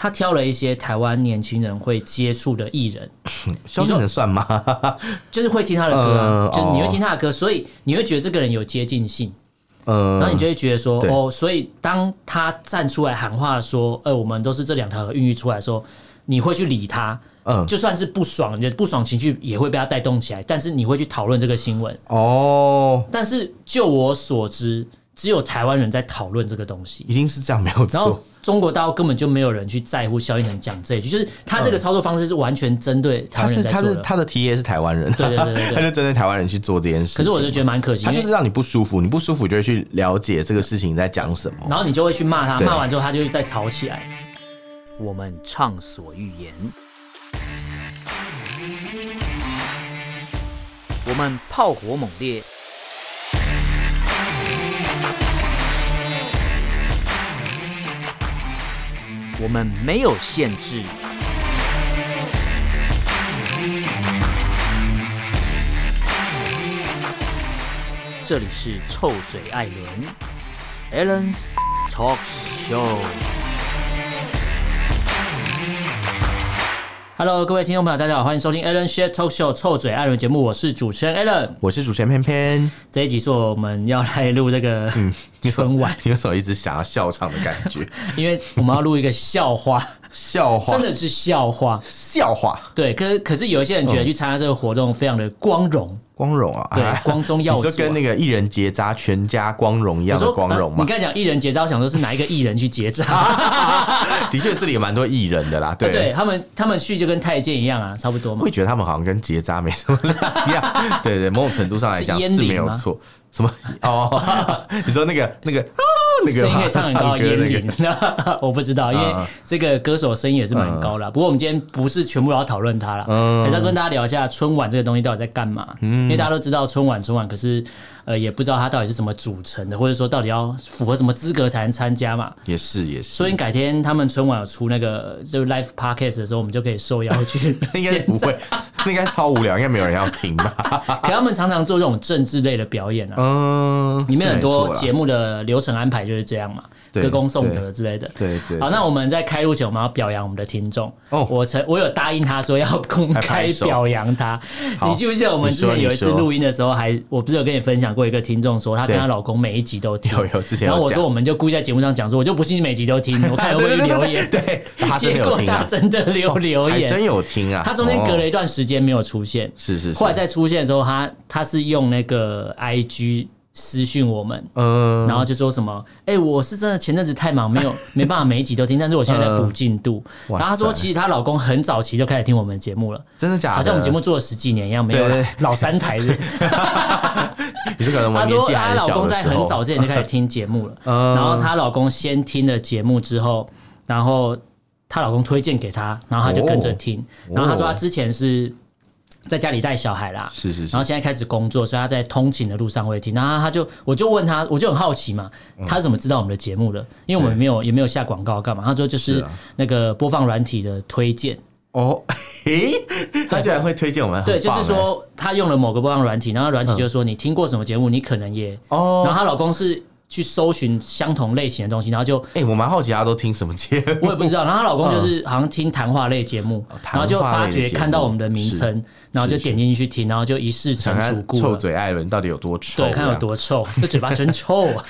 他挑了一些台湾年轻人会接触的艺人，萧敬腾算吗？就是会听他的歌啊，嗯就是你会哦听他的歌，所以你会觉得这个人有接近性。嗯，然后你就会觉得说，对哦，所以当他站出来喊话说，呃，我们都是这两条河孕育出来的时候，你会去理他，嗯就算是不爽，你的不爽情绪也会被他带动起来，但是你会去讨论这个新闻。哦，但是就我所知，只有台湾人在讨论这个东西，一定是这样没有然后错。中国大陆根本就没有人去在乎萧敬腾讲这一句，就是他这个操作方式是完全针对台他湾是人在嗯他做是的。他的 T A 是台湾人，对对对对对 他就针对台湾人去做这件事可情。是我就觉得蛮可惜，他因就为是让你不舒服，你不舒服就会去了解这个事情在讲什么。然后你就会去骂他，对骂完之后他就会再吵起来。我们畅所欲言，我们炮火猛烈，我们没有限制，这里是臭嘴艾伦 Allen's Talk Show。 Hello，各位听众朋友，大家好，欢迎收听 Alan Share Talk Show 臭嘴艾伦节目，我是主持人 Alan。我是主持人偏偏， 这一集是我们要来录这个嗯春晚，你为什么一直想要笑场的感 觉？因为我们要录一个笑话，笑话真，的是笑话。笑话，对，可是可是有一些人觉得去参加这个活动非常的光荣，光荣嗯啊！对哎，光宗耀你祖说啊。跟那个一人结扎全家光荣一我样的说光荣呃吗你？刚才讲艺人结扎，我想说是哪一个艺人去结 扎？的确，这里有蛮多艺人的啦，对。呃对他们，他们去就跟太监一样啊，差不多 嘛我也。觉得他们好像跟结扎没什么两 样，对对，某种程度上来讲是烟是龄没有吗错。什么？ 哦，你说那个那个啊，那个声音吗可以唱很高， 唱歌烟那龄 个，我不知道，因为嗯嗯这个歌手声音也是蛮高的啊。不过我们今天不是全部都要讨论他啦，嗯还是要跟大家聊一下春晚这个东西到底在干嘛。因为大家都知道春晚，春晚可是呃也不知道它到底是怎么组成的，或者说到底要符合什么资格才能参加嘛。也是也是，。所以改天他们春晚有出那个就是 live podcast 的时候，我们就可以受邀去 应该不会，那应该超无聊，应该没有人要 听吧？可他们常常做这种政治类的表演啊，嗯，里面是很没多错啦节目的流程安排就是这样嘛，对歌功颂德之类的。对对好，对那我们在开录前，我们要表扬我们的听众。哦我曾我有答应他说要公还开拍手表扬他。好你记不记得我们之前有一次你说你说录音的时候还，我不是有跟你分享过一个听众说，她跟对她老公每一集都听。有有之前有然后我讲说，我们就故意在节目上讲说，我就不信你每集都听，我看会 不会留言。啊对对对对他真的结有果听他啊，真的留留还真言。有听啊，他中间哦隔了一段时间没有出现，是是是，后来再出现的时候，他他是用那个 I G 私讯我们，嗯，然后就说什么，哎、我是真的前阵子太忙，没 有没办法每一集都听，但是我现在在补进度。嗯然后她说，哇塞其实她老公很早期就开始听我们的节目了，真的假的？好像我们节目做了十几年一样，没有对对老三台 是不是。你是可能我她年说纪还她很老小公的在时很候，嗯早之前就开始听节目 了，然后她老公先听了节目之后，然后她老公推荐给她，然后她就跟着听。哦然后她说她之前是在家里带小孩啦，是是是然后现在开始工作，所以他在通勤的路上会听。然后他就我就问他，我就很好奇嘛，嗯他是怎么知道我们的节目的？因为我们没有也没有下广告干嘛。他说就是是啊那个播放软体的推荐，哦，诶，他居然会推荐我们，很对，就棒是欸说他用了某个播放软体，然后软体就说你听过什么节目，你可能也。然后哦，她老公是去搜寻相同类型的东西，然后就哎，我蛮好奇他都听什么节目，我也不知道。然后她老公就是好像听谈话类节目，哦然后就发觉看到我们的名称，然后就点进去听，然后就一试成想主看顾了。啊臭嘴艾伦到底有多臭，对，看有。多臭，这嘴巴真臭 啊！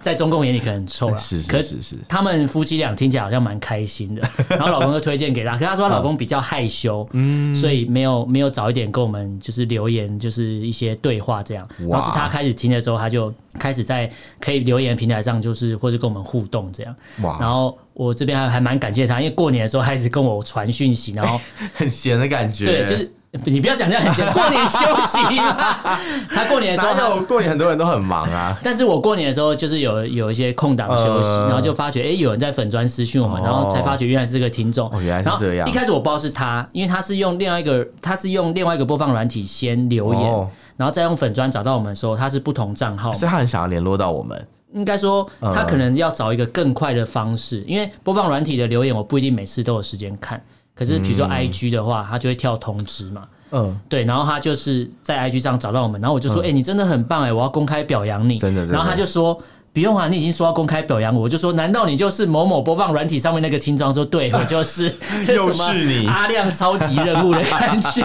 在中共眼里可能很臭了，啊是可是是是，他们夫妻俩听起来好像蛮开心 的，然后老公就推荐给她，可她说她老公比较害羞，嗯，所以没有没有早一点跟我们就是留言，就是一些对话这样。然后是她开始听的时候，她就开始在可以留言的平台上，就是或是跟我们互动这样。哇然后我这边还还蛮感谢她，因为过年的时候她一直跟我传讯息，然后 很闲的感觉。对，就是你不要讲这样很闲，过年休息 嘛。她过年的时候她哪有过年很多人都很忙啊。但是我过年的时候就是有有一些空档休息，嗯然后就发觉哎、诶有人在粉砖私讯我们，哦然后才发觉原来是个听众。哦原来是然后这样一开始我不知道是他，因为他是用另外一个他是用另外一个播放软体先留言，哦然后再用粉砖找到我们的时候，他是不同账号嘛。是嗯他很想要联络到我们，应该说他可能要找一个更快的方式，因为播放软体的留言我不一定每次都有时间看。可是比如说 I G 的话，他就会跳通知嘛。嗯，对，然后他就是在 IG 上找到我们，然后我就说：“哎、你真的很棒哎、我要公开表扬你。”真的真的然后他就说：“不用啊，你已经说要公开表扬我，我就说难道你就是某某播放软体上面那个听众？说对我就是， 这又什么是你阿亮超级任务的感 觉，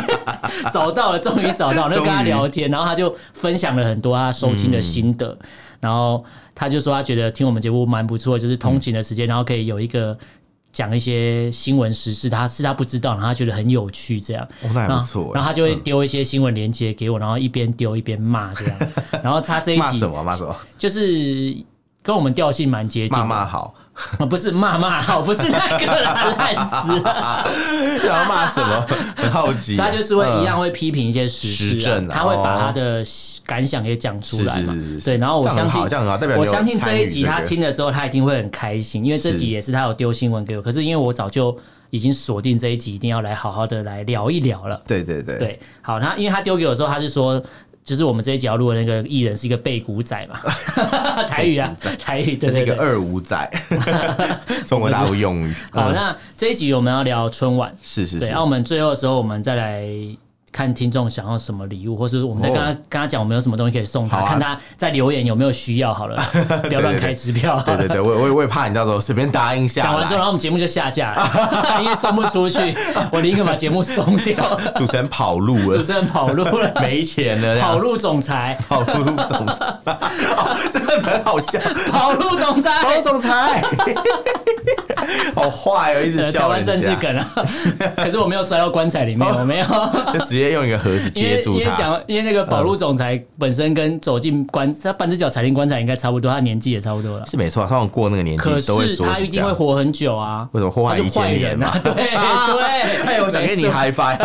找到了，终于找到了，就跟他终于聊天，然后他就分享了很多他收听的心得，嗯然后他就说他觉得听我们节目蛮不错，就是通勤的时间，然后可以有一个。讲一些新闻时事，他是他不知道，然后他觉得很有趣，这样。哦，那还然不后错嗯然欸。后他就会丢一些新闻链接给我，然后一边丢一边骂这 样。然后他这一欸骂集什么？骂什么？就是跟我们调性蛮接近的，骂骂好， 啊 不是骂骂好，不是那个啦，烂死了。 然后骂什么？很好奇。他就是会嗯一样会批评一些时时事、啊，政啊哦他会把他的感想也讲出来嘛。是是是是对，然后我这样相很信好这样很好代表你我有相信参这与一集这他个听了之后，他一定会很开心，因为这是集也是他有丢新闻给我。可是因为我早就已经锁定这一集，一定要来好好的来聊一聊了。对对对，对，好，他因为他丢给我的时候，他是说。就是我们这一集要录的那个艺人是一个背骨仔 嘛，台语啊，台语，对这是对一对个。二五仔， 中国大陆用语。好，嗯那这一集我们要聊春晚，是是对，哦是那、，我们最后的时候，我们再来看听众想要什么礼物，或是我们再跟他、哦跟他讲我们有什么东西可以送他，好啊看他在留言有没有需要 好了，不要乱对对开支票。对对对，我也我也我也怕你到时候随便答 应讲下完之后，来，然后我们节目就下架 了，因为送不出去，我宁可把节目送掉，主持人跑路主了，持人跑路了，没啊钱了，这样跑路总裁，跑路总裁， 哦真的很好笑，跑路总裁，跑路总裁， 好坏哦，一直呃台笑湾人政治家，梗 啊，可是我没有摔到棺材里面，我没有。就直接用一个盒子因接为因住为他。讲，因为那个保路总裁本身跟走进棺，他半只脚踩进棺材应该差不多，他年纪也差不多了。是没错，通常过那个年可纪都会是说他是一这定会样。活很久啊！为什么祸害他一是坏千年人嘛啊？？ 对 对，哎，我想跟你没错嗨翻，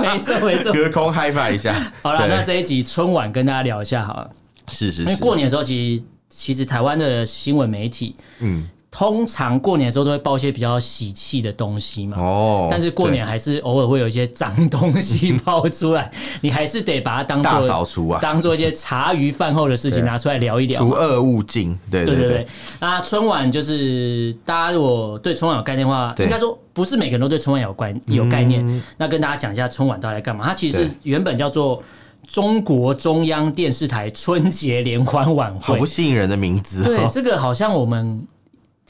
没错没错。隔空嗨翻一下。好了，对那这一集春晚跟大家聊一下好了，是是因为是，过年的时候其实其实台湾的新闻媒体，嗯嗯，通常过年的时候都会报一些比较喜气的东西嘛。哦，嗯但是过年还是偶尔会有一些脏东西爆出来，你还是得把它当大做扫除啊当做一些茶余饭后的事情对拿出来聊一对聊除嘛。恶务尽，对对对对对，那春晚就是大家如果对春晚有概念的话，对嗯应该说不是每个人都对春晚有关有概念。那跟大家讲一下春晚到底在干嘛？它其实是对原本叫做中国中央电视台春节联欢晚好会不，吸引人的名字对哦，这个好像我们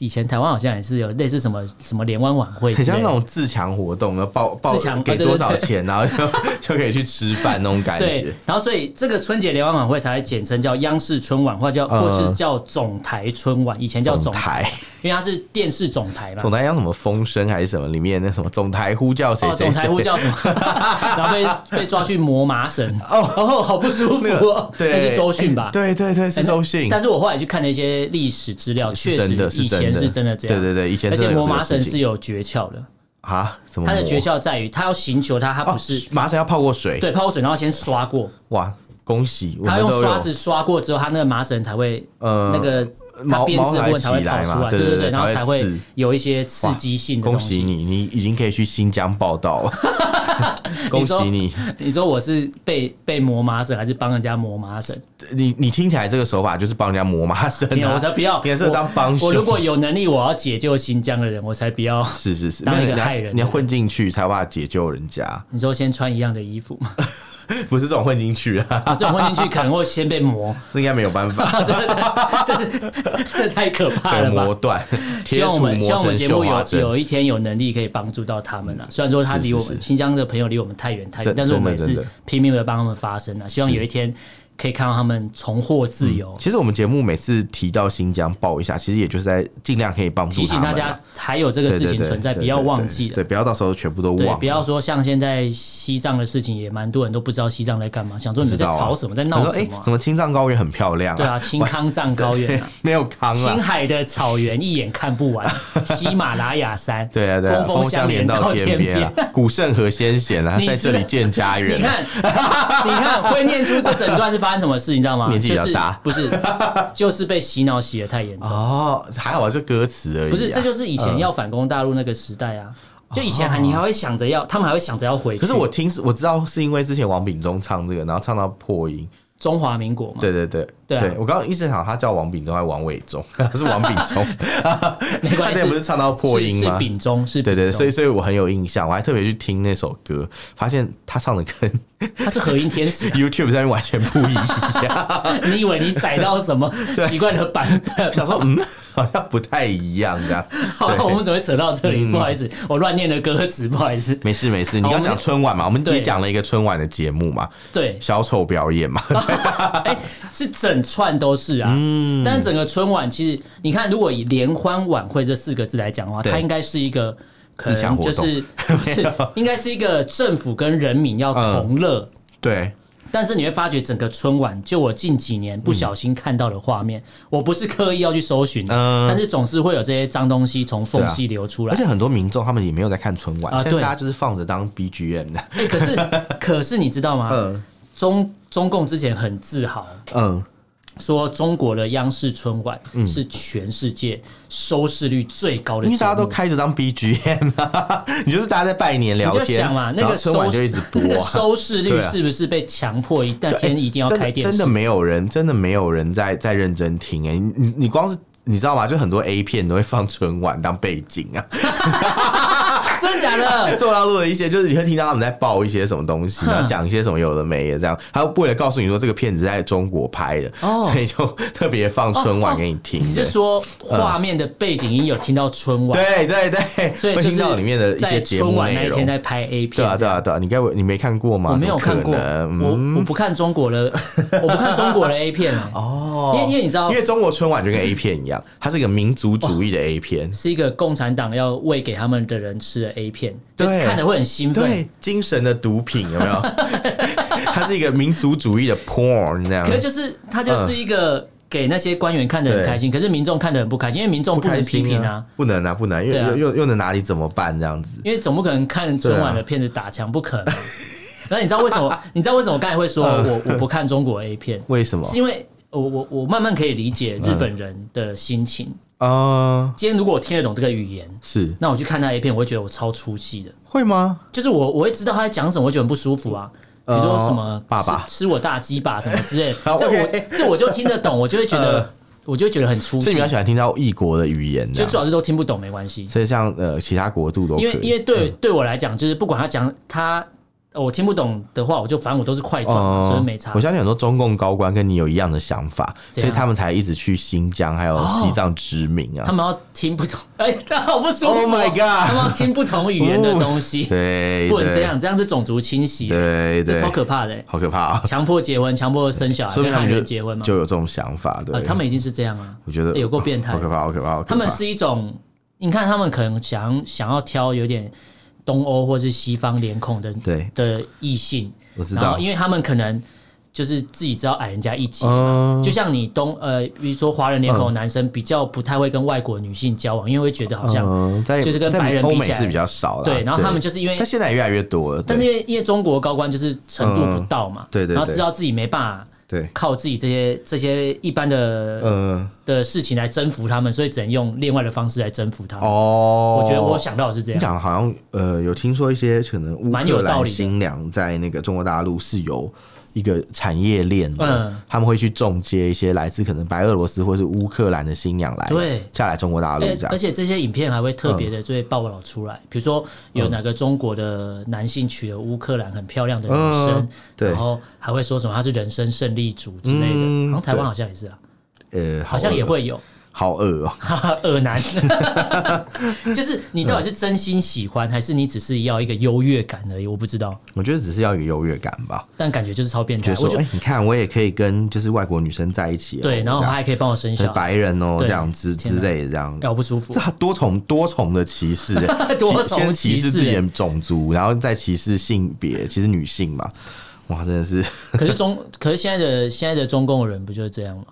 以前台湾好像也是有类似什么什么联欢晚会之很类的，像那种自强活动，然后报报呃自强给啊对多少钱，然后 就就可以去吃饭那种感对觉。，然后所以这个春节联欢晚会才会简称叫央视春晚，或叫、嗯或是叫总台春晚，以前叫总台，台，因为它是电视总台嘛总。台像什么风声还是什么里面那什么总台呼叫谁哦，谁总台呼谁，叫什么？ 然后被被抓去磨麻绳，哦，好不舒服哦。对，那是周迅吧？哎对对对，是周迅，但是我后来去看了一些历史资料，是确真实的，是以前是真的这样。对对对，以前而真且的有磨这麻个绳事是情有诀窍的，啊，怎么它的磨诀窍在于它要行球它，它哦不是麻绳要泡过水，对泡水，然后先刷过，哇，恭喜，我它们用都刷有子刷过之后，它那个麻绳才会呃那个它毛编织的部分才会毛才跑起来出嘛来，对对对对，对然后才会才会刺有一些刺激性的恭东喜西。你，你已经可以去新疆报道 了。恭喜你，你说我是被被磨麻绳，还是帮人家磨麻绳？你你听起来这个手法就是帮人家磨麻绳天啊，我才啊！不要！ 你还是当帮我凶我如果有能力，我要解救新疆的人，我才不要。是是是，当没一有个你要害人你要对混进去才有办法解救人家， 你说先穿一样的衣服嘛，不是这种混进去啊， 啊，这种混进去可能会先被磨， 那应该没有办法，啊这这这这太可怕对，了吧磨！断， 希贴望我触们希望我们磨成节绣目花有针。嗯有一天有能力可以帮助到他们啊。虽然说他是是离我们是新疆的朋友离我们太远太远真，但是我们也真的是真的拼命的帮他们发声啊。希望有一天可以看到他们重获自由，其实我们节目每次提到新疆报一下，其实也就是在尽量可以帮助提醒他大们家啊还有这个对事对情对存在，对不要对忘对记了。对，不要到时候全部都对，忘不了。要说像现在西藏的事情，也蛮多人都不知道西藏在干嘛，想说你们在不知道啊吵什么，在他闹说什哎么，啊？什么青藏高原很漂亮，对啊，，青康藏高原啊。 没有康啊青，海的草原一眼看不 完，喜马拉雅山，对啊，对啊，峰峰相连到天边啊。， 古圣和先贤啊，你在这里见家你园啊。 看，你看，会念出这整段是发生什么事，你知道吗？年纪比较大就是、不是，就是被洗脑洗的太严重。哦，还好啊，就歌词而已啊。不是，这就是以前要反攻大陆那个时代啊！就以哦前还你还会想着要，他们还会想着要回去。可是我听是我知道是因为之前王炳忠唱这个，然后唱到破音，中华民国嘛，对对对对啊我刚刚一直想他叫王炳忠还是王伟忠， 他是王炳忠，没他关那系，天不是唱到破音是吗？丙中，是对丙对，中所以所以我很有印象，我还特别去听那首歌，发现他唱的跟。他是合音天使 YouTube 上面完全不一样，你以为你载到什么奇怪的版本？想说嗯，好像不太一样这样。好了，对嗯我们怎么会扯到这里？不好意思，我乱念的歌词，不好意思。没事没事，你好要我们讲春晚嘛，我们对也讲了一个春晚的节目嘛，对，小丑表演 嘛，哎，是整串都是啊。嗯但是整个春晚其实，你看，如果以联欢晚会这四个字来讲的话，对它应该是一个。可自强能活就动是不是 应该是一个政府跟人民要嗯同乐，对，但是你会发觉整个春晚，就我近几年不小心看到的画面，我不是刻意要去搜寻的，嗯啊但是总是会有这些脏东西从缝隙流出来而。且很多民众他们也没有在看春晚，啊现在对大家就是放着当 BGM 的，哎、可是可是你知道吗？ 嗯中中共之前很自豪嗯，说中国的央视春晚是全世界收视率最高的节目，因为大家都开着当 BGM 啊， 你就是大家在拜年聊你就天想嘛，，那然后个春收晚就一直播那个 啊。收视率对啊是不是被强迫一那天一定要真的开电视？真的没有人，真的没有人在在认真听哎、你你你光是你知道吗？就很多 A 片都会放春晚当背景啊，真的假 的？做大陆的一些就是你会听到他们在报一些什么东 西，然后讲一些什么有的没的这样，还有为了告诉你说这个片子在中国拍的，哦所以就特别放春晚给你听你的。是说画面的背景音有听到春晚？对对对，所以嗯会就听到是里面的一些在节春目晚那内一天容。在拍 A 对片啊，对啊对啊，你该不你没看过吗？我没有看过，怎么可能嗯我我不看中 国的，我不看中国的 A 片欸哦因为因为你知道因为中国春晚就跟 A 片一样，它是一个民族主义的 A 片，是一个共产党要喂给他们的人吃的 A 片，就对看的会很兴奋。对，精神的毒品有没 有？它是一个民族主义的 porn 这样可。是就是嗯它就是一个给那些官员看的很开心，可是民众看的很不开心，因为民众不能开批心评啊啊。，不能啊，不能，因为对啊又又又能拿你怎么办这样子？因为总不可能看啊春晚的片子打墙，不可能。 那你知道为什么？你知道为什么我刚才会说嗯我我不看中国 A 片？为什么？是因为我我我慢慢可以理解嗯日本人的心情。啊，今天如果我听得懂这个语言，是那我去看那 A 片，我会觉得我超出戏的，会吗？就是我我会知道他在讲什么，我会觉得很不舒服啊。比如说什么哦爸爸吃吃我大鸡巴什么之类的 好，这我 OK 嗯这我就听得懂，我就会觉 得我就会觉得很出所以你戏比较。喜欢听到异国的语言这就样，最好是都听不懂没关系，所以像呃其他国度都可因为因以。嗯为对对我来讲，就是不管他讲他呃我听不懂的话，我就反正我都是快转嘛，所以没差哦我。相信很多中共高官跟你有一样的想法，怎所样哦以他们才一直去新疆还有西藏殖民他啊。们要听不懂， 哎，他好不舒服哦。 Oh my god 他们要听不同语言的东西， 对，不能对这，样，这样是种族清洗，对这对超，可怕的。欸好可怕 啊！强迫结婚，强迫生小孩，说跟明他汉们就人结婚吗？就有这种想法，对呃，他们已经是这样啊，我觉得欸有够变态好可怕，好可怕，好可怕他们是一种，你看他们可能想想要挑有点东欧或是西方脸孔的对的异性，我知然后道，因为他们可能就是自己知道矮人家一截。嗯就像你东呃，比如说华人脸孔的男生比较不太会跟外国女性交往，因为会觉得好像、嗯，在就是跟在白人欧比美起来是比较少的，对，然后他们就是因为但现在也越来越多了，但是对因为因为中国高官就是程度不到嘛，嗯对对对然后知道自己没办法对，靠自己这些这些一般的、嗯的事情来征服他们，所以只能用另外的方式来征服他们。哦，我觉得我想到的是这你样，讲好像呃，有听说一些可能乌蛮有克道兰理的新娘在那个中国大陆是有一个产业链的，嗯他们会去中介一些来自可能白俄罗斯或是乌克兰的新娘来，对下来中国大陆而这样呃嗯而。且这些影片还会特别的就会报道出来，比如说有哪个中国的男性娶了乌克兰很漂亮的女生嗯，对然后还会说什么他是人生胜利组之类的，嗯好像台湾对好像也是啊，呃，好像也恶会有，好恶哦、哈哈，恶男， 就是你到底是真心喜欢，还是你只是要一个优越感而已？我不知道，我觉得只是要有优越感吧，但感觉就是超变态觉得。啊我说，觉哎、得你看我也可以跟就是外国女生在一起哦、对，然后这他样还可以帮我生是小孩，白人哦、对这样之天之哪类的这样，要不舒服 这。多重多重的 歧视、欸多重歧先歧歧视视自己欸的种族，然后再歧视性别，歧视女性嘛。哇，真的是，可是中，可是现在的现在的中共人不就是这样吗？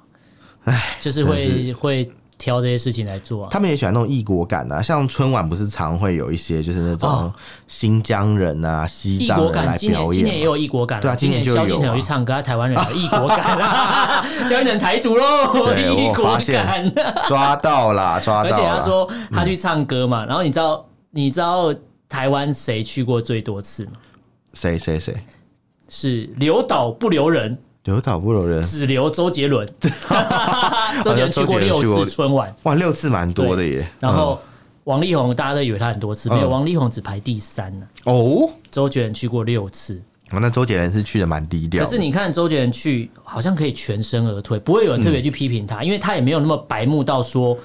就是真会会挑这些事情来做啊。他们也喜欢那种异国感啊。像春晚不是常会有一些就是那种哦新疆人啊、西异藏国人感，来今年表今年演也嘛。有异国感啊，对啊今今年就有啊萧敬腾有去唱歌，他台湾人有异国感啦， 萧敬腾台独喽，对异我国发现感。抓到啦，抓 而且到他啦！说他去唱歌嗯嘛，然后你知道你知道台湾谁去过最多次吗？谁谁谁？是留岛不留人，留岛不留人，只留周杰 伦， 周杰伦去过六次春晚，哇，六次蛮多的耶。然后王力宏大家都以为他很多次，没有，嗯王力宏只排第三呢、嗯哦，周杰伦去过六次，哦那周杰伦是去的蛮低调可的，是你看周杰伦去，好像可以全身而退，不会有人特别去批评他，因为他也没有那么白目到说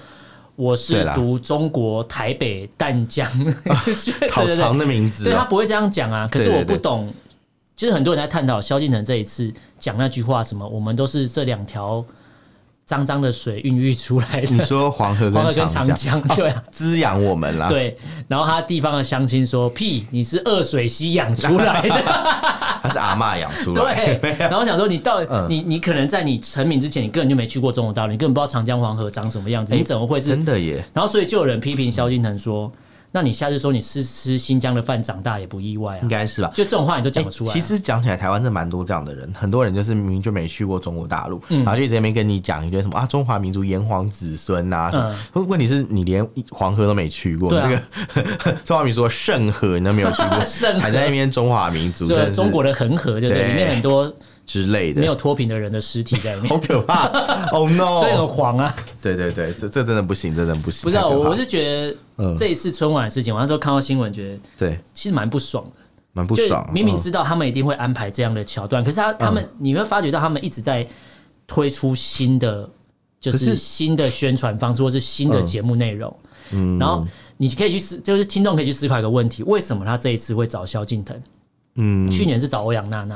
我对是啦读中国台北淡 江， 对好对长对，的名字对他哦，不会这样讲啊。可是对对我不对懂，就是很多人在探讨萧敬腾这一次讲那句话什么，我们都是这两条脏脏的水孕育出来你 的，说黄河黄河嗯跟跟长长江啊江，对 啊。滋养我们啦，，对，然后他地方的乡亲说：“屁，你是二水溪养出来的。”他是阿嬷养出来，对，然后想说你到底嗯你你可能在你成名之前，你根本就没去过中国大陆，你根本不知道长江黄河长什么样子，你怎么会是？嗯真的耶，然后所以就有人批评萧敬腾说：“那你下次说你是吃新疆的饭长大也不意外啊应。该是吧”。就这种话你都讲欸得出来啊、其实讲起来，台湾真的蛮多这样的人，很多人就是明明就没去过中国大陆，嗯然后就一直在那边跟你讲一堆什么啊，中华民族炎黄子孙啊什么。问题是你连黄河都没去过，嗯对啊这个 中华民族的圣河你都没有去 圣河过，还在那边中华民族，真这的是中国的恒河，对不对？对里面很多之类没的，有脱贫的人的尸体在里 面好，可 怕！Oh 所以很 no！黄啊。对对对，这这真的不行，这真的不行，不知道，太可怕我我是觉得嗯这一次春晚的事情，我那时候看到新闻，觉得对其实蛮不爽的。蛮不就爽，明明嗯知道他们一定会安排这样的桥段，可是他他们、你会发觉到他们一直在推出新的，就可是是新的宣传方式或是新的节目内容。嗯，然后你可以去思，就是听众可以去思考一个问题：为什么他这一次会找萧敬腾？嗯，去年是找欧阳娜娜，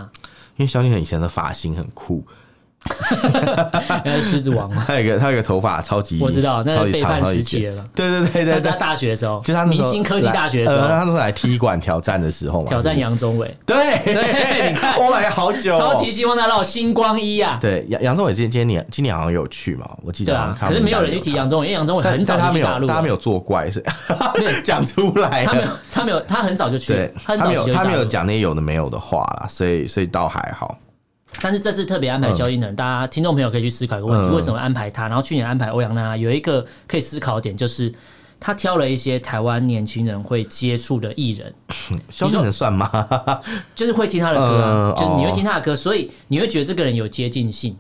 因为萧敬腾以前的发型很酷，那呃是狮子王嘛， 他有一个他有一个头发超级，我知道那是超级背长，叛超级时期尖了吧对对对那对是对他，大学的时候， 就他那时明候星科技来大学的时呃候、他那时候来踢馆挑战的时候嘛，挑战是杨宗纬，不是对对 你看，Oh my god，好久哦，超级希望他绕星光一啊。对杨杨宗纬今今年今年好像有去嘛，我记对得好像啊，看可是没有人去提踢，杨宗纬，因为杨宗纬但很早但他就没去有大陆了，他没有作怪是对 讲出来他没有了，，他没有，他很早就去了对，，很他早没就有去他没大有陆讲那有的没有的话啦，所以所以倒还好，但是这次特别安排萧敬腾，大家听众朋友可以去思考一个问题：嗯为什么安排他？然后去年安排欧阳娜娜，有一个可以思考的点就是。他挑了一些台湾年轻人会接触的艺人，萧敬腾算吗？ 就是会听他的歌、啊，嗯就是你会哦听他的歌，所以你会觉得这个人有接近性，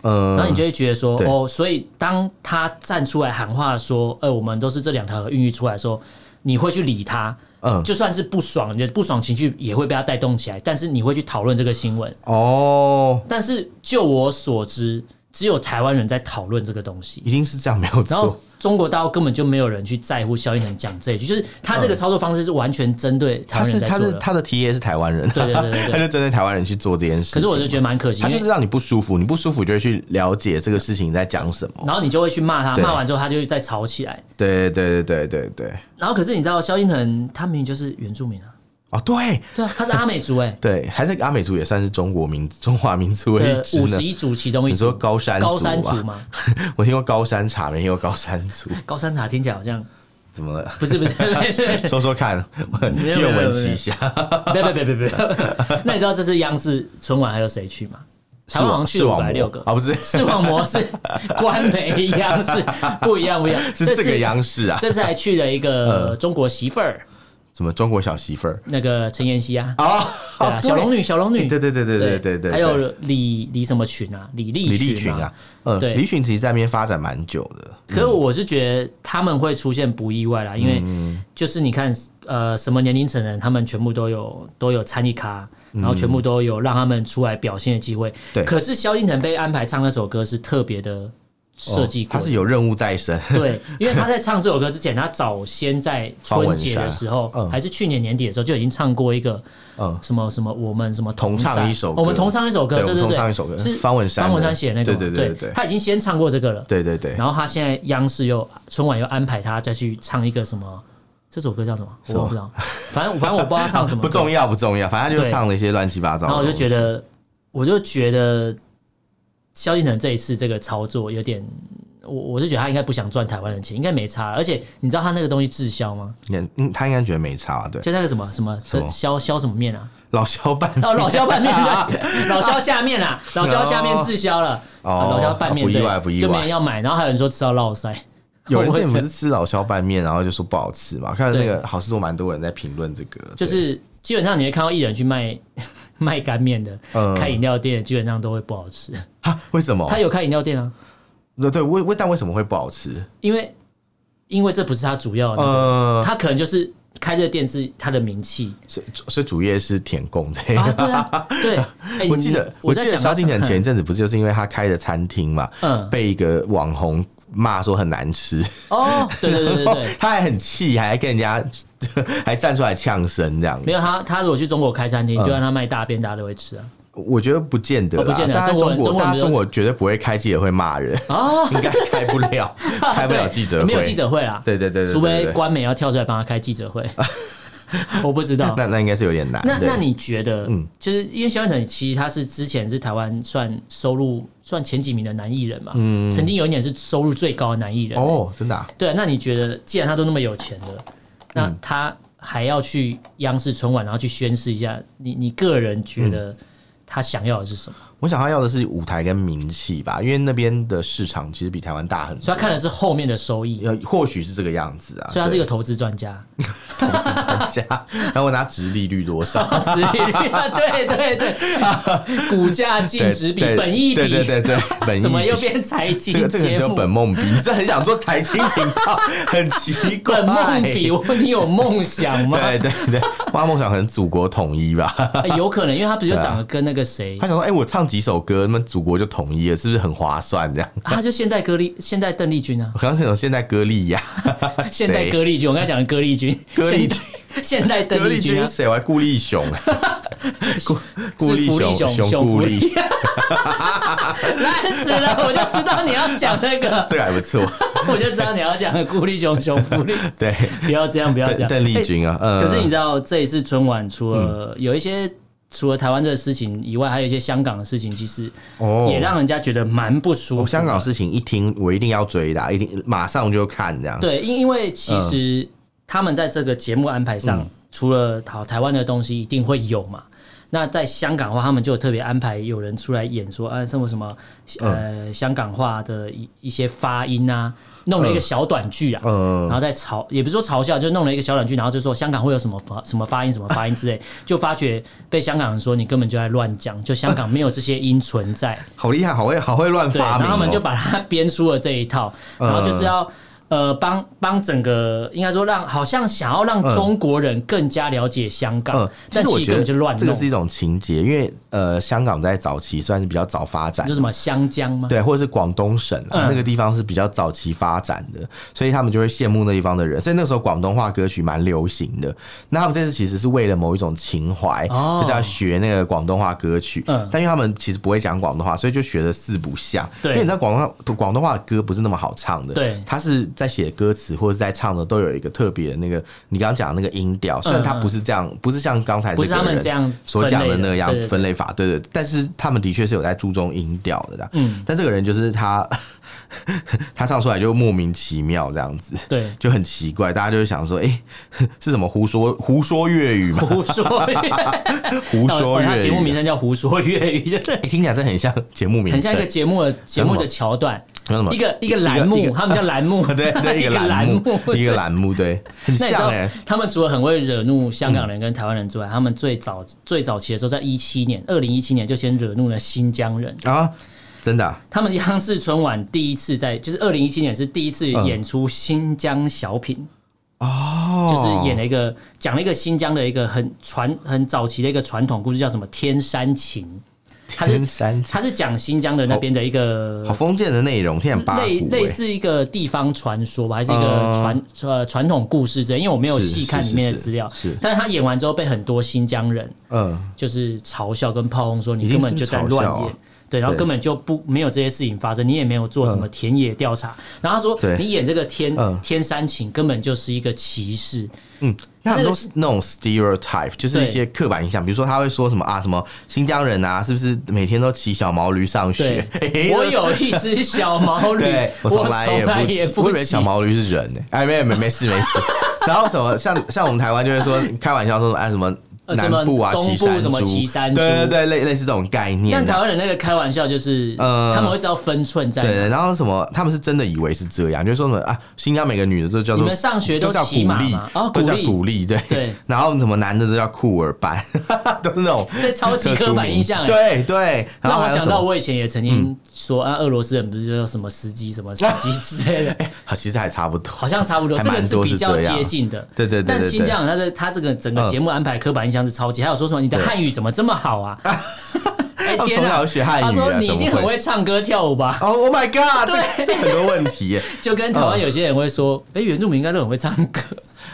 然后嗯你，就会觉得说，对哦，所以当他站出来喊话说，呃，我们都是这两条河孕育出来的时候，你会去理他，嗯就算是不爽，你的不爽情绪也会被他带动起来，但是你会去讨论这个新闻，哦，但是就我所知，只有台湾人在讨论这个东西，一定是这样没有然后错，中国大陆根本就没有人去在乎萧敬腾讲这一句，就是他这个操作方式是完全针对台他湾是人在他做是的。他的 T A 是台湾人，对对对对对他就针对台湾人去做这件事可情嘛。是我就觉得蛮可惜，他因就为是让你不舒服，你不舒服就会去了解这个事情在讲什么。然后你就会去骂他，对骂完之后他就会再吵起来。对对对对对对，然后可是你知道，萧敬腾他明明就是原住民啊，哦对对啊，他是阿美族 哎、对，还是阿美族也算是中国民中华民族的一的支五呢十。一族其中一你说族，高山高山族族啊？嘛， 我听过高山茶，没听过高山族，高山茶听起来好像怎么了？不是不是不是，说说看，有没有 愿闻其详。别别别别别！ 那你知道这次央视春晚还有谁去吗？台湾好像去视了五网百膜六个啊，不是 视网膜是官媒央视，不一样不一样。是这这次个嗯央视啊，这次还去了一个中国媳妇儿，什么中国小媳妇儿那个陈妍希啊，啊？对啊，小龙女小龙女， 对对对对对对对，还有李李什么群啊，李立李立群嘛啊。，嗯，对李群其实在那边发展蛮久的，可是我是觉得他们会出现不意外嗯啦，因为就是你看，呃，什么年龄层的人，他们全部都有都有参与卡，然后全部都有让他们出来表现的机会。嗯对可是萧敬腾被安排唱那首歌是特别的设计哦他过是的。有任务在身， 对，因为他在唱这首歌之前，他早先在春节的时 候，方文山嗯还是去年年底的时候，就已经唱过一个嗯，什么什么我们什么同唱在一首歌我们同唱一首歌，对对我们对同唱对，一首歌是方文山的方文山写的那个嘛，对对对对对他已经先唱过这个了，对对对，然后他现在央视又春晚又安排他再去唱一个什么，这首歌叫什么？我么不知道，反正反正我不知道他唱什么，不重。要不重要，反正他就对唱了一些乱七八糟的然后东我西。就觉得，我就觉得萧敬腾这一次这个操作有点，我我就觉得他应该不想赚台湾的钱，应该没差。而且你知道他那个东西滞销吗？应该，嗯，他应该觉得没差吧？对，就那个什么什么什么消消什么面啊？老萧拌面哦，老萧 拌面，对老萧下面啦，老萧下面滞销了，哦啊老萧拌面不意对外不意就没外人要买。然后还有人说吃到落腮。 有人之前不会是吃老肖拌面，然后就说不好吃嘛？看那个好事多蛮多人在评论这个，就是基本上你会看到艺人去卖 卖干面的，嗯开饮料店的基本上都会不好吃。对啊，为什么？他有开饮料店啊，对对，为为但为什么会不好吃？因为因为这不是他主要的那个，呃，他可能就是开这个店是他的名 气所以所以主业是舔供这啊，样。对啊， 对。哎我记你得，我我在记得想萧敬腾他前一阵子不是就是因为他开的餐厅嘛，嗯被一个网红骂说很难吃，哦，对对对对 对，他还很气，还跟人家 还站出来呛声这样没。有他，他如果去中国开餐嗯厅，就让他卖大便，大家都会 吃啊。我觉得不见得哦不啦，见得大家中国中人中国，国人大比家较中国绝对不会开记者会 骂人，哦，应该开 不了，开不了记者会，没有记者会啦。对对对对对除非对官媒要跳出来帮他开记者 会，我不知道。那那应该是有点难。那对那你觉得，嗯就是因为萧敬腾其实他是之前是台湾算收入算前几名的男艺人嘛，嗯曾经有一年是收入最高的男艺人。哦，真的啊、对啊，那你觉得，既然他都那么有钱了，那嗯他还要去央视春晚，然后去宣示一下，你你个人嗯觉得他想要的是什么？我想他要的是舞台跟名气吧，因为那边的市场其实比台湾大很所多以他。看的是后面的收益，呃，或许是这个样子啊，所以他是一个投资专家。个家， 然后问他值利率多少，殖利 率啊，对对对，股价 净值比对对本益比，对对对对，本益 怎么又比。变财经这个这个节只有目？本梦比，你是很想做财经频道， 很奇怪。本梦比，我你有梦想吗？ 对对对，花梦想可能祖国统一吧。 哎有可能，因为他不是就长得跟那个谁啊他，想说，哎、我唱几首歌，那么祖国就统一了，是不是很划算？这样， 啊他就现代歌丽，现代邓丽君啊，我刚刚想现在歌利呀，哎现代歌丽君，我刚才讲的歌丽君， 歌丽现君代， 现代歌邓利丽君君啊是，谁？我还顾 立雄，顾顾是立福雄利熊熊熊顾福立利，烂死了，我就知道你要讲那 个这，个还不错。我就知道你要讲的 顾立呃雄熊福利，对， 不要这样，不要这邓样，哎邓丽君啊，嗯，可是你知道这一次春晚，除了有一些除了台湾这个事情以外，还有一些香港的事情，其实哦也让人家觉得蛮不舒服我的。哦香港事情一听，我一定要追的啊，一定马上就看这样。嗯对，因因为其实他们在这个节目安排上，除了好台湾的东西一定会有嘛。那在香港的话，他们就有特别安排有人出来演说，啊，什么什么，嗯呃，香港话的一一些发音啊，弄了一个小短剧啊，嗯然后再嘲，也不是说嘲笑，就弄了一个小短剧，然后就说香港会有什么发什么发音什么发音之类，就发觉被香港人说你根本就在乱讲，就香港没有这些音存在。好厉害，好会好会乱对，发然明、哦。嗯后他们就把它编出了这一套，然后就是要。呃，帮帮整个应该说让，好像想要让中国人更加了解香港，嗯，其但实其我实觉根得本就乱这弄，个是一种情节，因为呃，香港在早期算是比较早发展就，什么香江吗？对，或者是广东省嗯啊、那个地方是比较早期发展的，所以他们就会羡慕那地方的人，所以那时候广东话歌曲蛮流行的。那他们这次其实是为了某一种情怀，哦就是要学那个广东话歌曲，嗯但因为他们其实不会讲广东话，所以就学的四不像。对因为你知道广东话广东话的歌不是那么好唱的，对他是在写歌词或者在唱的都有一个特别的那个你刚刚讲的那个音调，虽然它嗯嗯不是这样，不是像刚才不是这个他们人这样所讲的分类的那样对对对分类法，对对但是他们的确是有在注重音调的啦。嗯，但这个人就是他， 他唱出来就莫名其妙这样子，对 就很奇怪，大家就会想说，哎、 是什么胡说胡说粤语吗？胡说粤语，胡说哦他粤节目名语。称叫《胡说粤语》，真的哎听起来这很像节目名称，很像一个节目的节目的桥段，像什么一个一个栏一目，个他们叫栏目， 对对 一一个栏栏目一个对栏 目，对，很那你知像道哎、他们除了很会惹怒香港人跟台湾人之外，他们最早最早期的时候，在一七年，二零一七年就先惹怒了新疆人。啊，真的啊、他们央视春晚第一次在，就是二零一七年是第一次演出新疆小品，哦，就是演了一个讲了一个新疆的一个很传很早期的一个传统故事，叫什么《天山情》。他是天山他是讲新疆的那边的一个好封建的内容，听起来很八股、类类欸。哦似一个地方传说吧，还是一个传呃传统故事之类，因为我没有是细是看里是面的是资料，是但是他演完之后被很多新疆人嗯，就是嘲笑跟炮轰说你一定根本就是在嘲乱笑啊演。对，然后对根本就不没有这些事情发生，你也没有做什么田野调查。然后他说对你演这个天、嗯天山情根本就是一个歧 视，因为他们都是那种 stereotype，就是一些刻板印象，比如说他会说什么啊，什么新疆人啊，是不是每天都骑小毛驴上学对？ 我有一只小毛驴哎对，，我我从来也从不也骑，我以为骑小毛驴 是人呢、哎，没有没没事没事。然后什么像像我们台湾就会说开玩笑说哎什么呃什南么部啊，东岐部山什么猪岐山对对猪对，类类似这种概念但台啊。湾人那个开玩笑就是，呃他们会知道分寸在对，哪。对然后什么，他们是真的以为是这样，就是说什么啊，新疆每个女的都叫你做们上学都都叫骑鼓马励吗哦，都叫鼓励鼓励，对对。 然后什么男的都叫酷儿班， 都是那种这超级刻板印象哎特殊名字对对，然让后我还有想什到么？嗯我以前也曾经说啊，俄罗斯人不是就叫什么司机什么司机之 类的，啊其实还差不多，好像差不多，还这个蛮是多比是较这样接近的。对对对但对新对疆人他的他这个整个嗯节目安排刻板印象是超级，还有说什么你的对汉语怎么这么好 啊？哎他们天从啊小！学汉语啊，他说你一定怎么很会唱歌跳舞吧？哦、oh、，My God，这这很多问题 耶就跟台湾有些人会说，哎，原住民应该都很会唱歌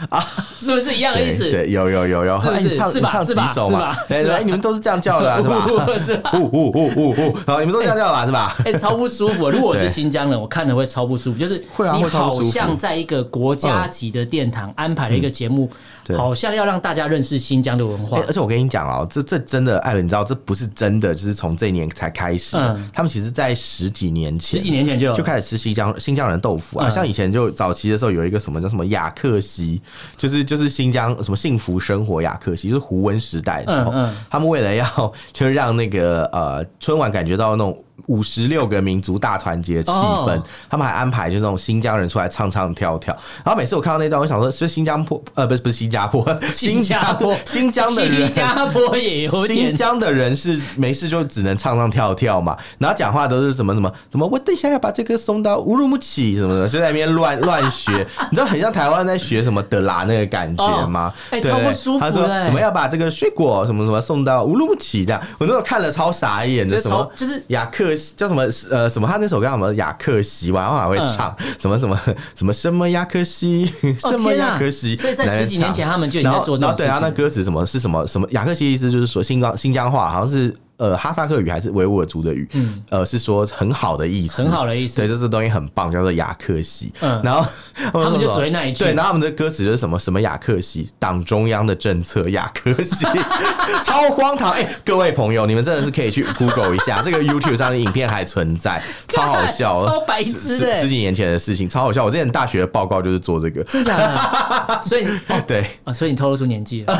啊， 是不是一样的意对思？对，有有有有，是不哎，你是唱是你吧唱是几吧首是嘛吧？哎是吧哎，你们都是这样叫的啊，是吧？ 是吧？ 呜呜呜呜呜，好，你们都这样叫的啊，是吧？哎、超不舒 服！如果我是对新疆人，我看了会超不舒服，就是会啊你会超好不舒服像在一个国家级的殿堂安排了一个节目，嗯对好像要让大家认识新疆的文化欸。而且我跟你讲哦，这这真的，艾伦，你知道这不是真的，就是从这一年才开始的。嗯他们其实，在十几年前，十几年前就有就开始吃新疆新疆人豆腐啊。嗯像以前就早期的时候，有一个什么叫什么雅克西，就是就是新疆什么幸福生活雅克西，就是胡温时代的时候，嗯嗯他们为了要就是让那个呃春晚感觉到那种。五十六个民族大团结的气氛哦他们还安排就是那种新疆人出来唱唱跳跳。然后每次我看到那段，我想说，是不是新加坡？呃，不是不是新加坡，新加坡新疆的人，新加坡也有新点，疆的人是没事就只能唱唱跳跳嘛，然后讲话都是什么什么什么，我等一下要把这个送到乌鲁木齐什么的，就在那边乱乱学，你知道很像台湾在学什么德拉那个感觉吗？哦哎对超不舒服的他说哎什么要把这个水果什么什么送到乌鲁木齐这样，我那时候看了超傻眼就的，是什么从就是雅克西叫什么呃什么，他那首歌叫什么雅克西，然后还会唱什么什么什么什么雅克西，哦什么天啊雅克西，所以在十几年前他们就已经然后在做这然种后事对情啊，那了。歌词什么是什么什么雅克西意思就是说新疆新疆话好像是呃哈萨克语还是维吾尔族的语，呃是说很好的意嗯思，很好的意思对，就是东西很棒，叫做雅克西。嗯然后他 们就说什么只会那一句对，然后他们的歌词就是什么什么雅克西，党中央的政策雅克西， 超荒唐。哎、各位朋友，你们真的是可以去 Google 一下，这个 YouTube 上的影片还 存在，超好笑，哦超白痴欸的十十十几年前的事情，超好笑。我之前大学的报告就是做这个，真的假哦的？所以你哦 对。啊，所以你透露出年纪 了。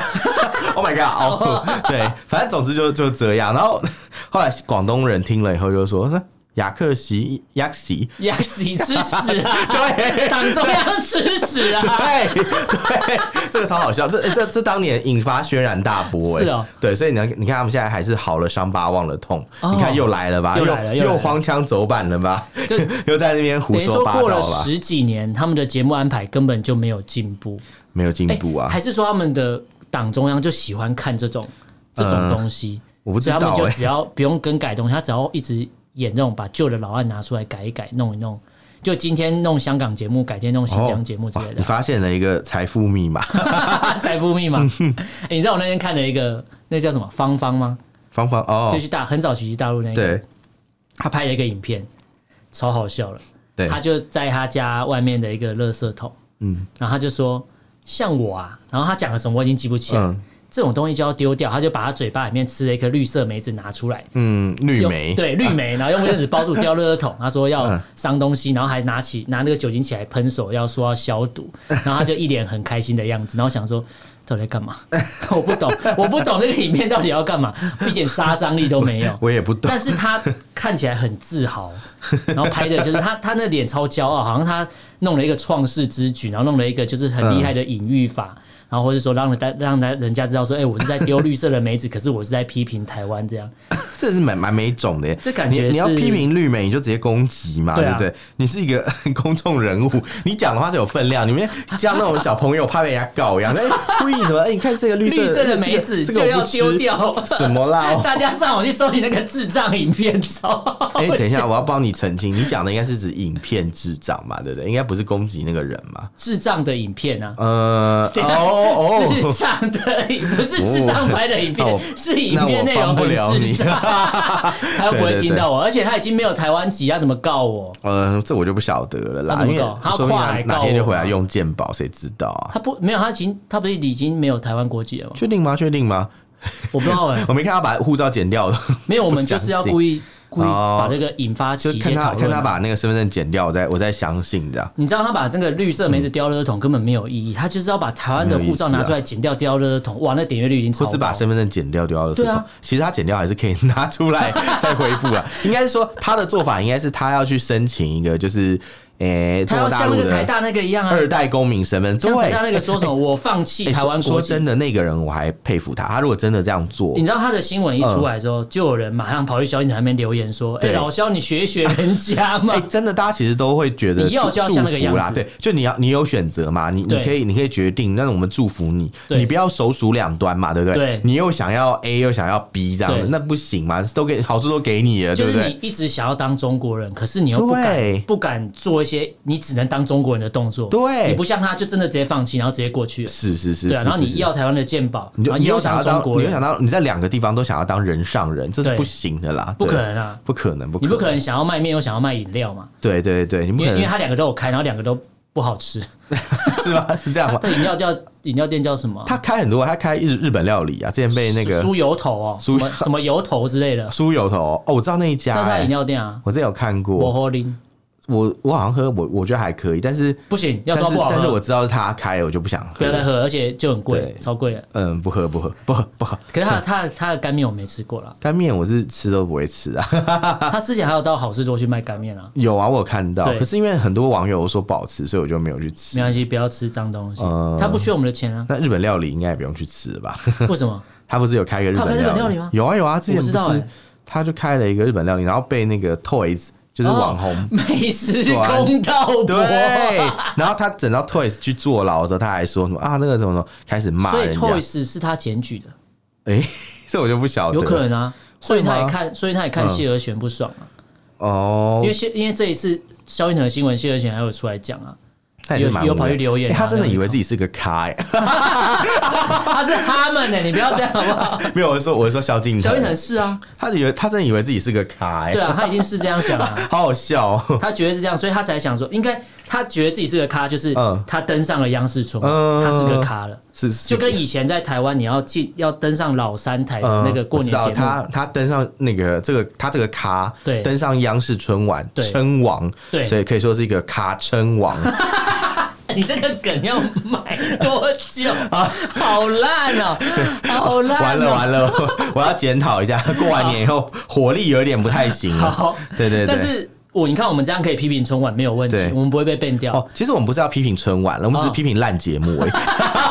Oh my god！哦， 对，反正总之就就这样。然后 后来广东人听了以后就说：“那雅克西雅克西，呀，你吃屎啊！对党中央吃屎啊！对对，这个超好笑。这这这当年引发轩然大波、哎，是哦对，所以你看你看他们现在还是好了伤疤忘了痛，哦你看又来了吧，又又来了又来了荒腔走板了吧，就 又在那边胡等于说说八过了道了，十几年，他们的节目安排根本就没有进步。没有进哎，步啊。还是说他们的党中央就喜欢看这种这种东西？我呃不知所以他们道就哎只要不用更改东西，他只要一直演那种把旧的老案拿出来改一改、弄一弄。就今天弄香港节目，改天弄新哦疆节目之类哇你的，发现了一个财富密码， 财富密码。哎你知道我那天看了一个，那叫什么芳芳吗？芳芳哦就，去大很早期去大陆那个，对他拍了一个影片，超好笑了。对，他就在他家外面的一个垃圾桶，嗯然后他就说像我啊，然后他讲了什么我已经记不起来，嗯这种东西就要丢掉，他就把他嘴巴里面吃的一颗绿色梅子拿出来，嗯，绿用梅对绿 梅，然后用卫生纸包住丢垃圾桶。他说要嗯伤东西，然后还拿起拿那个酒精起来喷手，要说要消毒，然后他就一脸很开心的样子，然后想说。到底在干嘛？ 我不懂，我不懂那个里面到底要干嘛，一点杀伤力都没有。 我也不懂。但是他看起来很自豪，然后拍的就是他，他那脸超骄傲，好像他弄了一个创世之举，然后弄了一个就是很厉害的隐喻法，然后或者说让大让大人家知道说，哎、我是在丢绿色的梅子，可是我是在批评台湾这样。这是蛮蛮没种的耶。这感觉你你要是批评绿美，你就直接攻击嘛，对对啊不对？你是一个公众人物，你讲的话是有分量。你们像那种小朋友怕被人家搞一样，哎，故意什么？哎，你看这个绿色绿色这的个梅子这个就我要不吃丢掉什么啦？ 哦大家上网去搜你那个智障影片，超好 哎，等一下，笑我要帮你澄清，你讲的应该是指影片智障吧，对不对？应该不是攻击那个人 嘛？智障的影片啊。呃，等一下哦智哦，障的影不是智障拍的影片，哦那我是影那我片内容帮不很 了智你障，他又不会对对对听到我，而且他已经没有台湾籍，他怎么告我？ 呃，这我就不晓得了那啦，怎么因为搞他要说不定跨哪海告哪天就我啊回来吗用鉴宝，谁知道啊？他不没有，他已经他不是已经没有台湾国籍 了吗？确定吗？确定吗？我不知道哎、我没看他把护照剪掉了。没有，我们就是要故意故意哦把这个引发就起一看些他讨看论他啊。把那个身份证剪掉，我再我再相信这样。你知道他把这个绿色梅子丢垃圾桶根本没有意义，他就是要把台湾的没有意护照思啊拿出来剪掉丢垃圾桶，哇，那点阅率已经超不是把高。身份证剪掉丢到垃圾对桶啊，其实他剪掉还是可以拿出来再恢复 了。应该是说他的做法应该是他要去申请一个，就是诶，他中要国大像陆那个台的大那个一样啊，二代公民身份，对像，台大那个说什么我放弃诶台湾说国说籍。真的，那个人我还佩服他，他如果真的这样做你，知道他的新闻一出来之后，就有人马上跑去萧敬腾那边留言说：“哎，对老萧，你学一学人家嘛哎、。真的，大家其实都会觉得你要祝就要像那个祝福啦样，子对，就你要你有选择嘛，你你对可以你可以决定，那我们祝福你，对你不要手鼠两端嘛，对不对？对你又想要 A 又想要 B 这样子，对那不行嘛，都给好处都给你了，”就对不是对？你一直想要当中国人，可是你又不对敢不敢做一些你只能当中国人的动作。对你不像他，就真的直接放弃，然后直接过去了。是是是，对啊，是然后你是是要台湾的健保，你然就后你又要想要中当，国你又人想，当，你在两个地方都想要当人上人，这是对不行的啦，不对可能啊！不可能，不你不可能，能想要卖面又想要卖饮料嘛？对对对，你不因可为因为能他两个都有开，然后两个都不好吃。 是吧？是这样他吗？的饮料叫饮料店叫什么啊？他开很多，他开日日本料理啊，之前被那个酥油头哦，什酥么什么油头之类的，酥油头哦，我知道那一家、那是他饮欸，料店啊。我之前有看过，我喝林我我好像喝我我觉得还可以，但是不行，要但说是不好但是我喝，知道是他开的，我就不想喝。不要再喝，而且就很贵对，超贵的。嗯，不喝不喝不喝不喝。可是他他他的干面我没吃过啦，干面我是吃都不会吃啊， 他之前还有到好事多去卖干面啊。有啊，我有看到，对可是因为很多网友说不好吃，所以我就没有去吃没。关系，不要吃脏东西嗯，他不缺我们的钱啊。那日本料理应该也不用去吃了吧？ 为什么？他不是有开一个日他有本开料日本料理吗有啊有啊，之前我不知道不是欸他就开了一个日本料理，然后被那个 Toys 就是哦网红。 美 食公道对博。，然后他整到 Toys 去坐牢的时候，他还说什么啊那个什么什么，开始骂 所以人家， Toys 是他检举的， 哎，这我就不晓得有了，可能啊。所以他也哦吗嗯看，所以他也看谢和弦不爽啊，哦，因为谢因为这一次萧敬腾的新闻，谢和弦还有出来讲啊， 他也是蛮无有聊有跑去留言啊欸他真的以为自己是个咖、欸，他是他们欸的，你不要这样好不好？ 没有，我是说我是说萧敬萧敬腾腾，是啊，他以为他真的以为自己是个咖、欸，对啊，他已经是这样想了、好好笑、哦， 他觉得是这样，所以他才想说，应该他觉得自己是个咖，就是嗯他登上了央视春晚，嗯他是个咖了。是是就跟以前在台湾，你要进要登上老三台的嗯那个过年我节知道目，他他登上那个这个他这个咖，对登上央视春晚对称王，对所以可以说是一个咖 称王，你这个梗要买多 久？好烂哦、好烂、哦啊完了完了， 我要检 讨一下，过完年以后火力有点不太行了，好，对对但对。是我你看，我们这样可以批评春晚没有问题对，我们不会被变掉。哦，其实我们不是要批评春晚了，我们只是哦批评烂节目而已。，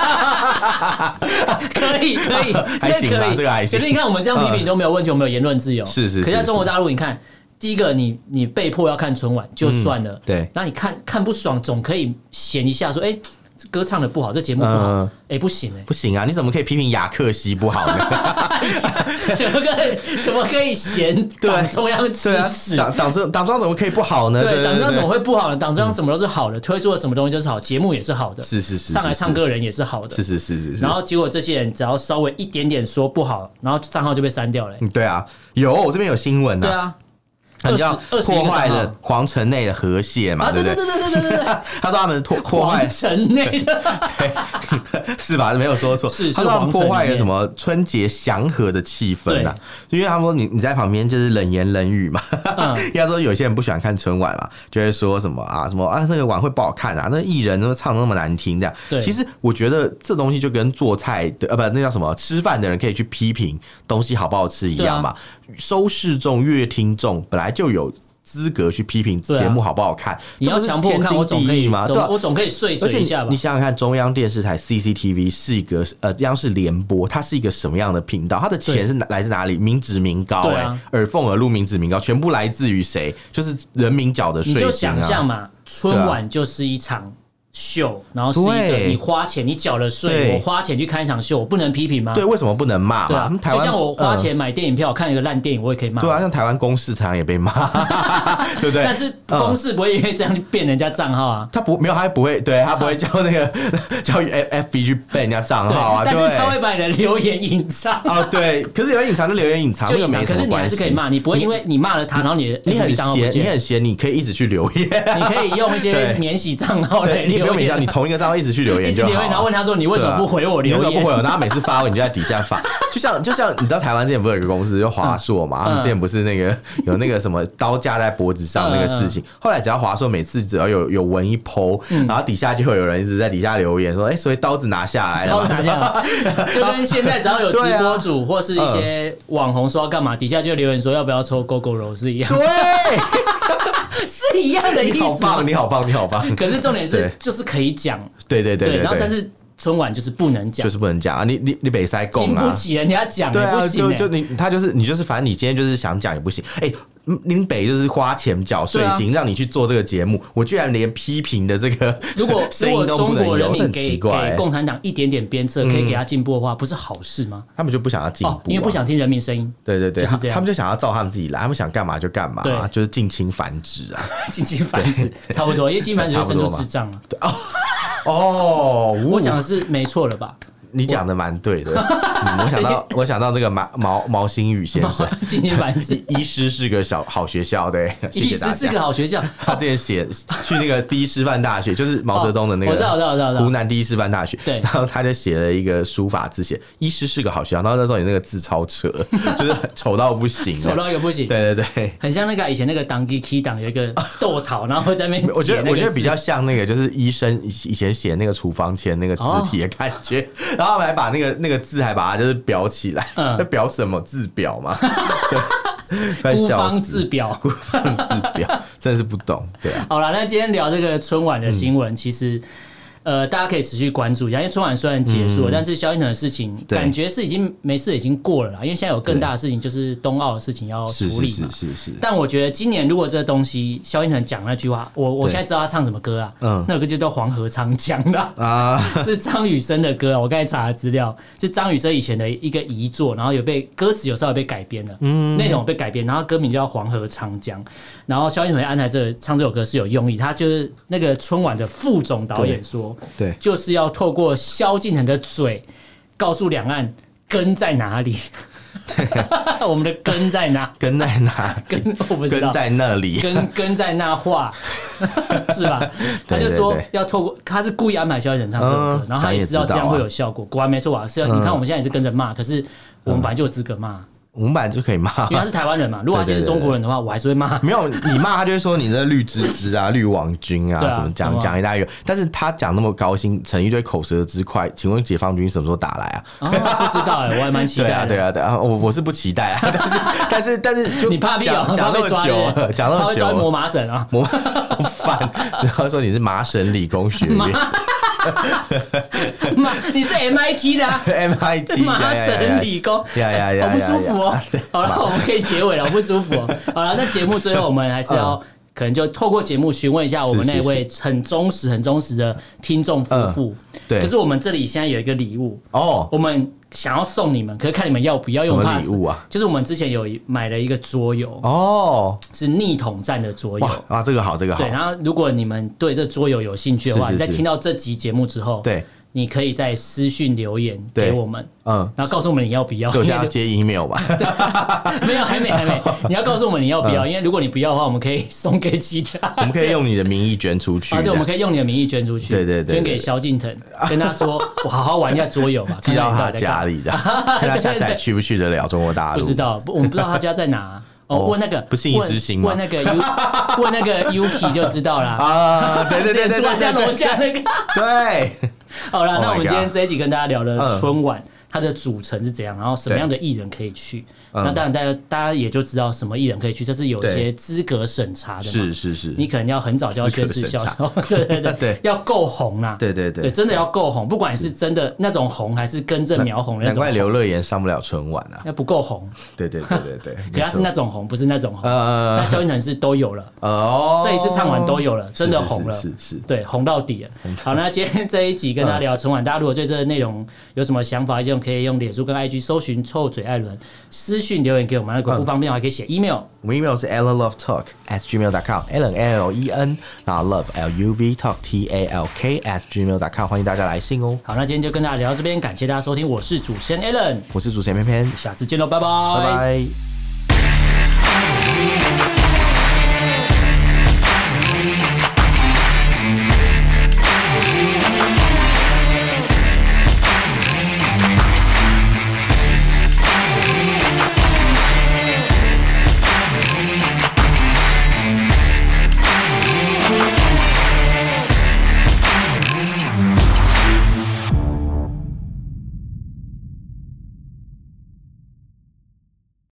可以可以 还行吧可以这个还行可是你看，我们这样批评都没有问题，我们有言论自由。是是是可在中国是大陆，你看，第一个你你被迫要看春晚就算了，嗯对那你看看不爽，总可以闲一下说，哎，这歌唱的不好，这节目不好嗯，哎，不行哎， 不行啊，你怎么可以批评雅克西不好呢？怎么可以怎么可以嫌党中央指对啊，使？党党中党中央怎么可以不好呢？对，对，党中央对怎么？会不好呢？党中央什么都是好的，推出了什么东西就是好，节目也是好的，是是是，上来是唱歌，的人也是好的是。是是是是。然后结果这些人只要稍微一点点说不好，然后账号就被删掉了、欸嗯，对啊，有我这边有新闻对啊，啊，他们叫20破21坏。个了账皇城内的和谐号嘛，啊，对啊对不对对对？对对对 对对，他说他们破破坏皇城内的， 是吧？没有说错，是是他说他们皇城破坏里了面什么春节祥和的气氛啊？因为他们说你你在旁边就是冷言冷语嘛， 嗯应该说有些人不喜欢看春晚嘛，就会说什么啊什么啊那个晚会不好看啊，那艺人都唱得那么难听这样。对其实我觉得这东西就跟做菜的呃不那叫什么吃饭的人可以去批评东西好不好吃一样嘛，啊收视众、乐听众本来就有。资格去批评对啊节目好不好看， 你要这不是强迫我天看，经我总地可义以吗？对总啊我总可以碎而且嘴一你下吧你？想想看，中央电视台 CCTV 是一个呃央视联播，它是一个什么样的频道？它的钱对是哪来自哪里？民脂民膏、对哎、啊耳奉耳禄，民脂民膏，全部来自于谁？就是人民缴的你税就金想象啊。嘛，春晚就是一场秀，然后是一个对你花钱，你缴了税，对我花钱去看一场秀，我不能批评吗？对，为什么不能骂对嘛？啊他们，台就湾像我花、嗯钱买电影票看一个烂电影，我也可以骂。对啊，像台湾公视常常也 被骂，对不对？啊但是公式不会因为这样就变人家账号啊。他不没有，他不会，对他不会叫那个叫 F FB 去背人家账对号啊，，但对。是他会把你的留言隐藏。哦，对，可是留言隐藏就留言隐藏，就那隐个藏，啊没可是什么你还关是系。可以骂，你不会因为你骂了他，然后你的你很 FB 账号不闲，你见， 很闲，你可以一直去留言。你可以用一些对免洗账号来对，你也不用每家，你同一个账号一直去留一言直就好留言，然后啊问。他说你为什么不回我你留为什么言？不回我？然后他每次发我，你就在底下发， 就像就像你知道台湾之前不是有一个公司就华硕嗯嘛，他们之前不是 那个有那个什么刀架在脖子上那个事情，嗯后来只要华硕每次只要有有文一剖，然后底下就会有人一直在底下留言说，哎，所以刀子拿下来了然后嘛，拿下 来，就跟现在只要有直播主或是一啊些网红说要干嘛，底下就留言说要不要抽 GoGo 肉是一 样， 对，是一样的意你好思。棒，你好棒，你好棒，啊 可是重点是对，就是可以讲，对对对对，然后但对，是春晚就是不能讲就，是不能讲啊，你你你北塞经供不啊，起人家讲，对也啊，不行就就欸。你他就是你就是，反正你今天就是想讲也不行。哎、林北就是花钱缴税金、啊让你去做这个节目，我居然连批评的这个 如果声如果音都不中能国有，人这民很奇给怪、给欸。共产党一点点鞭策，可以给他进步的话，不是好事吗？他们就不想要进步、啊哦，因为不想听人民声音，对对对，就是这样他们就想要照他们自己来，他们想干嘛就干嘛、对就是尽情繁殖 啊！进行繁殖差不多，因为进行繁殖会生差出不多吧智障了。哦，我呜讲的是没错了吧？你讲的 蛮对的，嗯我想到我想到这个毛毛毛新宇先 生，进行繁殖，医师是个小好学校的、欸， 谢医谢师大是家个。好学校。他之前写去那个第一师范大 学，就是毛泽东的那个，哦我知道我知道我知道我知道湖南第一师范大学。对然后他就写了一个书法字，写“医师是个好学校”，然后那时候你那个字超扯， 就是丑到不行，丑。到一个不行，对对对。很像那个以前那个当 key 党有一个豆桃，然后会在那边 我觉解得那我个觉得字比较像那个，就是医生以以前写那个处方签那个字体的感觉，然后他们还把那个那个字还把它就是裱起来，哦嗯那裱什么字表 嘛？对，快孤笑芳死！ 自表。孤芳自表，真的是不懂，对啊，好了，那今天聊这个春晚的新嗯闻，其实。呃，大家可以持续关注一下，因为春晚虽然结束了，但是萧敬腾的事情嗯对感觉是已经没事已经过了啦，因为现在有更大的事情，就是冬奥的事情要处是理嘛。是是是是。但我觉得今年如果这东西，萧敬腾讲那句话，我我对现在知道他唱什么歌啊，嗯那首歌就叫《黄河长江》啦，啊， 是张雨生的歌啊。我刚才查了资料，就张雨生以前的一个遗作，然后有被歌词有稍微被改编的，嗯内容有被改编，然后歌名叫《黄河长江》，然后萧敬腾安排这个唱这首歌是有用意，他就是那个春晚的副总导演说，对对就是要透过萧敬腾的嘴告诉两岸根在哪 里。我们的根在哪？跟在哪里？根我不知道跟。在那里。 跟跟在那画，是吧？他就说对对要透过，他是故意安排萧敬腾唱这首歌，嗯然后他也知道这样会有效果，果然没错啊。是啊，你看我们现在也是跟着嗯骂，可是我们本来就有资格骂，我们本来就可以骂因为，他是台湾人嘛。如果他今天是中国人的话，我还是会 骂。没有你骂他就会说你这绿芝芝啊、绿网军啊对啊什么对讲啊讲一大堆，但是他讲那么高兴，成一堆口舌之快，请问解放军什么时候打来啊？啊，不知道哎，我还蛮期对啊，待对的。啊，对啊，我我是不期待啊， 但是但是但是就你怕屁啊怕讲？讲那被么抓久了，的， 讲那怕么被久抓了魔马绳啊！ 模范，然后说你是麻省理工学院 妈，你是 MIT 的啊。 MIT 麻呀呀呀省理工，呀呀呀好不舒服哦呀 呀。好了，我们可以结尾了，好不舒服 哦。好了，那节目最后我们还是嗯要。可能就透过节目询问一下我们那位很忠实、很忠实的听众夫妇，嗯对就是我们这里现在有一个礼物，哦，我们想要送你们，可是看你们要不要，因为我什么怕礼死物啊？就是我们之前有一买了一个桌游，哦，是逆统战的桌游哇，啊，这个好，这个好对。，然后如果你们对这桌游有兴趣的话，是你是在是听到这集节目之后，对，你可以在私讯留言对给我们，嗯，然后告诉我们你要不要，所以我现在因为要接 email 吧。没有，还没， 还没。你要告诉我们你要不嗯要，因为如果你不要的话，我们可以送给其 他。啊我们可以用你的名义捐出去，啊，对，我们可以用你的名义捐出去，对对对对捐给萧敬腾，跟他说，我好好玩一下桌游吧， 寄到看看他你底在干家嘛。里的， 看他下载去不去得了中国大不陆。知道，不我们不知道他家在哪啊。哦，哦问那个不信一之心吗问问那个 U，问那个 Yuki 就知道啦。啊，对 对对对住他对家对楼对下那个。 对，好了， Oh my 那我们 God 今天这一集跟大家聊了嗯春晚。它的组成是怎样？然后什么样的艺人可以去？那当然，大家大家也就知道什么艺人可以去，这是有一些对资格审查的嘛。是是是，你可能要很早就要宣誓销售， 对对对，对要够红啦，对对对对，真的要够红，不管是真的那种红，还是根正苗红的那难种怪红，刘乐言上不了春晚啊。那不够红，对对对对对，可他是没那种红， 不是那种红错，呃那萧敬腾是都有了，哦，这一次唱完都有了，真的红了，是是是是对，红到底了。好，那今天这一集跟大家聊春晚，大家如果对这个内容有什么想法，就可以用脸书跟 IG 搜寻“臭嘴艾伦”，私讯留言给我们。如果不方便的话，可以写 email。我们 email 是 alan love talk at gmail com alan l e n 然后 love l u v talk t a l k at gmail com，欢迎大家来信哦。好，那今天就跟大家聊到这边，感谢大家收听，我是主持人 Allen，我是主持人偏偏，下次见喽，拜拜。